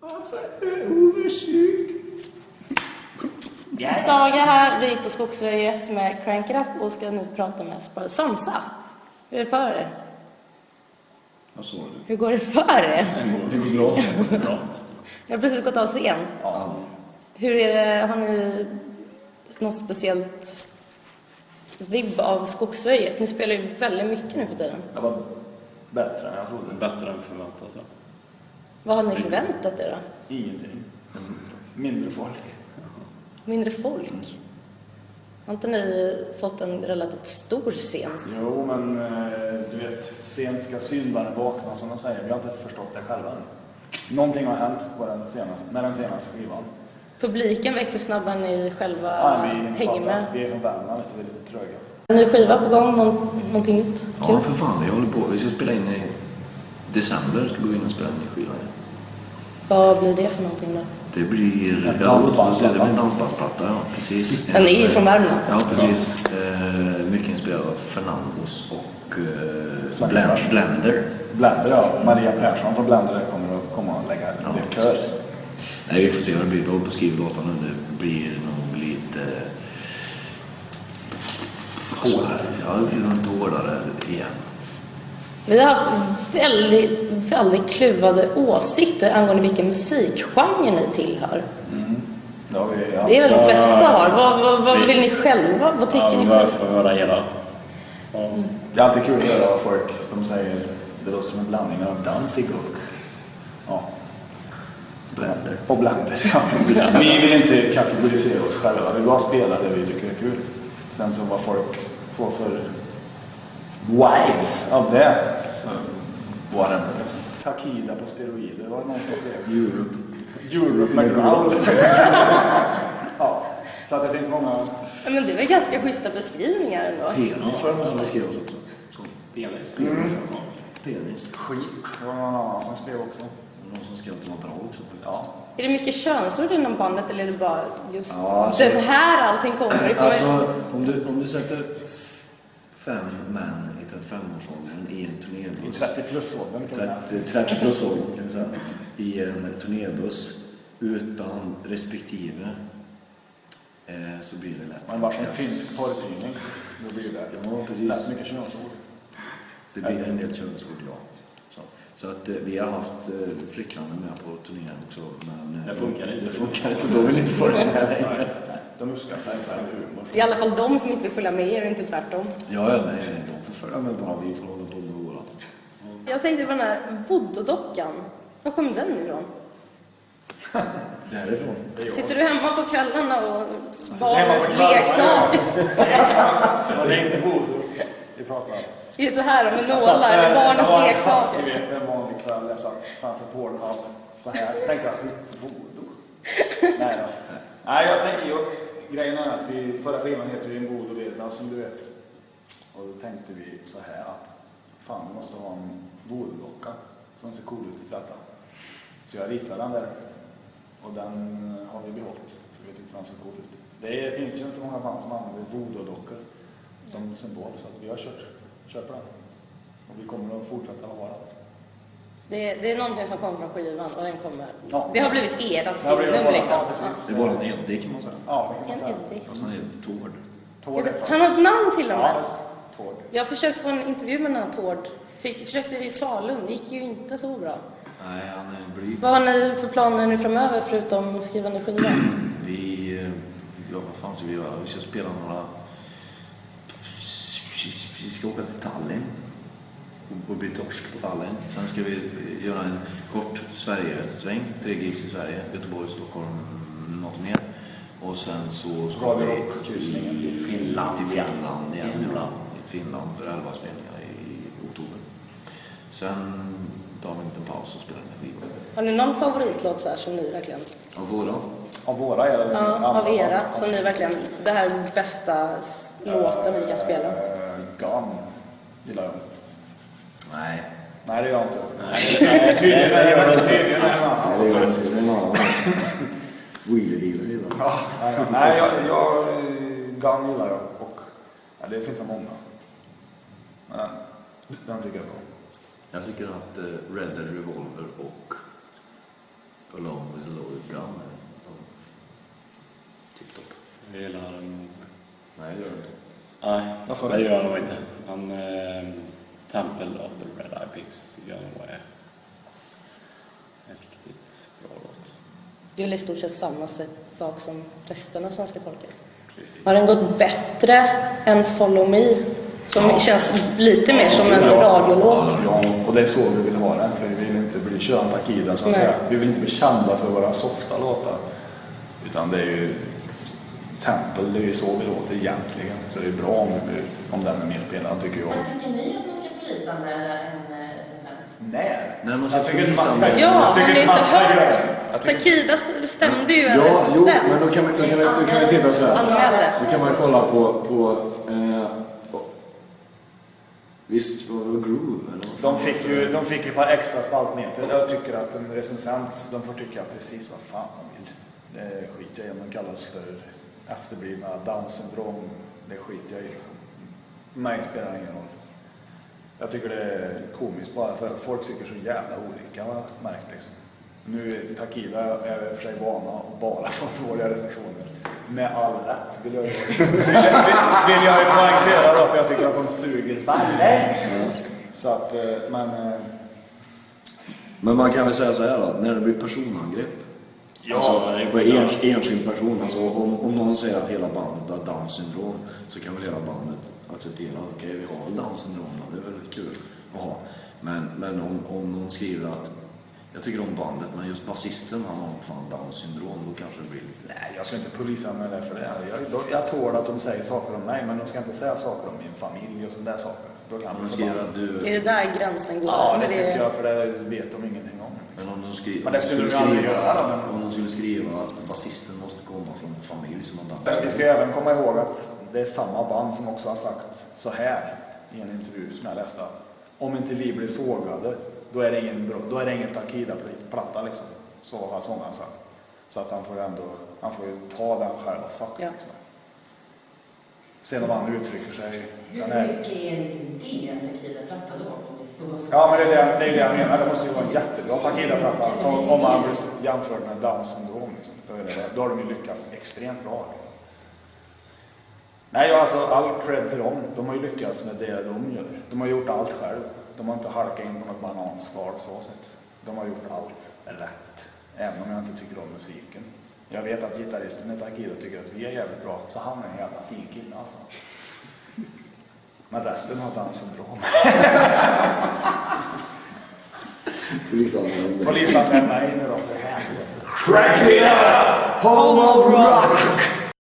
Varför är Ove sjuk? Saga här, vi gick på Skogsröjet med Crank It Up och ska nu prata med Spar- Sansa. Hur är det för er? Vad sa du? Hur går det för er? Det går bra. Ni har precis gått av scen. Ja. Hur är det, har ni något speciellt vibb av Skogsröjet? Ni spelar ju väldigt mycket nu för tiden. Det var bättre än jag trodde. Bättre än förväntat. Ja. Vad har ni förväntat er då? Ingenting. Mm. Mindre folk. Mindre folk? Har inte ni fått en relativt stor scen? Jo, men eh, du vet, sent ska syndaren vakna som man säger. Vi har inte förstått det själva än. Någonting har hänt på den senaste, med den senaste skivan. Publiken växer snabbare än ni själva Ja, vi, hänger fattar. med. vi är från Värmland, vet du, vi är lite Ny tröga. skiva på gång, någon, någonting nytt? Kul. Ja, för fan. Vi håller på. Vi ska spela in i december. Ska vi gå in och spela en ny skiva. Vad blir det för någonting då? Det blir... En ja, dansbandsplatta. Det blir en dansbandsplatta, ja. Precis. Den är ju från Värmland. Ja, precis. Eh, mycket inspirerad av Fernandos och eh, Snackar. Blend, Blender. Blender, ja. Maria Persson från Blender kommer att komma och lägga Ja, en kör. precis. Nej, vi får se vad det blir. Vi håller på att skriva låtarna nu. Det blir nog lite... Hårdare? Ja, det blir nog lite hårdare igen. Vi har haft väldigt, väldigt kluvade åsikter angående vilken musikgenre ni tillhör. Det, har vi, ja. Det är väl de Ja, flesta ja, ja. har. Vad, vad, vad vill ni själva? Vad Ja, tycker ni men själva? jag får höra era. Ja. det är alltid kul att höra vad folk de säger. Det låter som en blandning mellan dansig och... Ja. Blender. Och blender, ja. Vi vill inte kategorisera oss själva. Vi bara spelar det vi tycker är kul. Sen så vad folk får för vibes av det så var det liksom. Takida på steroider var det någon som skrev. Europe. Europe med growl. ja, så att det finns många... Ja, Men det är väl ganska schyssta beskrivningar ändå. Penis var det någon som beskrev oss också. Som Penis. Ja. penis. Skit var det någon annan som skrev också. Någon som skrev att det var bra också. Ja. Är det mycket könsord inom bandet eller är det bara just Ja, alltså- den här allting kommer ifrån? Alltså, om du, om du sätter f- fem män i 35-årsåldern i en I turnébuss. 30 plus-åldern kan man säga. 30, 30 plus åldern kan vi säga. I en turnébuss utan respektive. Eh, så blir det lätt. Man bara en ganska- finsk porrtidning. Då blir det Ja, precis. rätt mycket könsord. Det blir en del könsord, ja. Så, så att eh, vi har haft eh, flickvänner med på turnén också. Men, eh, Det funkar inte. Det funkar inte. De vill inte följa med längre. De uppskattar inte humor. I alla fall de som inte vill följa med er och inte tvärtom. Ja, ja, nej, nej, de får följa med bara. Vi får hålla på med vårat. Jag tänkte på den här voodoo-dockan. Var kom den ifrån? Därifrån. Sitter du hemma på kvällarna och hemma på barnens kvällarna, leksak? Ja, det är inte voodoo vi pratar om. Det är så här med Jag satt Alltså, så eh, här, nålar, barnens det var en leksaker. hatt, Du vet, en vanlig kväll. Jag satt framför Pornhub så här. Jag tänkte jag, voodoo? Nej då. Nej, jag tänker ju... Grejen är att vi, förra skivan heter ju En voodoo Veritas, som du vet. Och då tänkte vi så här att fan, vi måste ha en voodoo-docka som ser cool ut i detta. Så jag ritade den där. Och den har vi behållit, för vi tyckte den såg cool ut. Det finns ju inte så många band som använder voodoo-dockor som symbol, så att vi har kört, kört på den. Och vi kommer att fortsätta ha den. Det, det är någonting som kommer från skivan och den kommer. Ja. Det har blivit ert Det har blivit signum våran, liksom. ja, precis. Det var en Eddie kan man säga. Ja, det kan man Vilken säga. idé. Fast han heter Tord. Tord heter Han har ett namn till och Ja, med. just. Tord. Jag har försökt få en intervju med den här Tord. Fick, försökte i Falun, det gick ju inte så bra. Nej, han är blyg. Vad har ni för planer nu framöver förutom att skriva en skiva? Vi... eh, Ja, vad fan ska vi göra? Vi ska spela några... Vi ska åka till Tallinn. och- Och bli torsk på Tallinn. Sen ska vi eh, göra en kort Sverige-sväng. Tre gigs i Sverige. Göteborg, Stockholm, något mer. Och sen så ska Radio vi Rock-kryssningen till Finland, till Finland igen. I Finland för elva spelningar i oktober. Sen tar vi en liten paus och spelar en skiva. Har ni någon favoritlåt så här som ni verkligen... Och våra? Av våra eller? Ja, av andra? era som ni verkligen... Det här är bästa s- låten vi kan spela. Eh, Gun gillar jag. Nej. Nej, det gör jag inte. Nej, Tydligen gör jag tydligen är det. Nej, det gör inte. Det är en annan. Wheeler-dealer idag. Ja, ja, ja. Nej, jag, jag, Gun gillar jag och ja, det finns så många. Men den, den tycker jag är bra. Jag tycker att eh, Red Dead Revolver och Alone Det gillar han nog. Nej, det gör det inte. Nej, Vad sa det du? gör han nog inte. Han... Eh, Temple of the Red Eye Pigs tycker jag nog är en riktigt bra låt. Det är väl i stort sett samma se- sak som resten av svenska folket. Precis. Har den gått bättre än Follow Me? Som känns lite mer som en radiolåt. Ja, och det är så vi vill ha den, för vi vill inte bli Köran Takida så att Nej. säga. Vi vill inte bli kända för våra softa låtar. Utan det är ju Temple, det är ju så vi låter egentligen. Så det är bra om, vi- om den är mer spelad tycker jag. Men tycker ni att man ska polisanmäla en eh, recensent? Nej! Nej, man ska Jag tycker inte man ska polisanmäla. Ja, jag man tycker ska inte man inte ska ha göra det. den. Jag tycker- Takida stämde ju en Ja, jo, recensent. men då kan man, då kan vi, då kan vi titta så här. Anmälde. Då kan man kolla på, på eh, visst var det Groove eller vad De fan fick, var det? ju, de fick ju ett par extra spaltmeter. Jag tycker att en recensent, de får tycka precis vad fan de vill. Det skiter jag i om de kallas för efterblivna, down syndrom. Det skiter jag i liksom. Mig spelar det ingen roll. Jag tycker det är komiskt bara för att folk tycker så jävla olika har jag märkt liksom. Nu, Takida är vi i och för sig vana och bara få dåliga recensioner. Med all rätt vill jag ju, vill jag, vill jag ju poängtera då för jag tycker att de suger balle. Så att, eh, men... eh, Men man kan väl säga så här då, när det blir personangrepp. Ja, alltså, det- på en enskild person. Alltså, om, om någon säger att hela bandet har Downs syndrom så kan väl hela bandet acceptera, okej vi har väl Downs syndrom då, det är väl kul att ha. Men, men om, om någon skriver att jag tycker om bandet men just basisten han har fan Downs syndrom, då kanske det blir lite... Nej, jag ska inte polisanmäla för det. Jag, jag, jag tål att de säger saker om mig, men de ska inte säga saker om min familj och sådana där saker. Då kan Om de de förbannat. skriver att du... Det är det där gränsen går. Ja, det Det- tycker jag, för det vet de ingenting om. Men om de skri- Men det om de skulle du aldrig göra, skriva, men- om de skulle skriva att basisten måste komma från en familj som har Downs Men Alltså, vi syndrom. ska ju även komma ihåg att det är samma band som också har sagt så här i en intervju som jag läste att om inte vi blir sågade, då är det ingen, bra- då är det ingen Takida-platta liksom. Så har sångaren sagt. Så att han får ju ändå, han får ju ta den själv har sagt Ja. liksom. Sen om han uttrycker sig, Hur sen är mycket är inte det en Takida-platta då? Om det är så så- Ja, men det är det, det, är det jag menar. Det måste ju vara en jättebra Takida-platta om, om man blir jämförd med Downs syndrom. Liksom. Då, är det, då har de ju lyckats extremt bra. Nej, jag alltså all cred till dem. De har ju lyckats med det de gör. De har gjort allt själv. De har inte halkat in på något bananskal så sett. De har gjort allt rätt. Även om jag inte tycker om musiken. Jag vet att gitarristen i Takida tycker att vi är jävligt bra, så han är en jävla fin kille alltså. Men resten har Downs syndrom. Polisanmälan. Polisen med mig nu då, för helvete. Crack it up! Home of rock!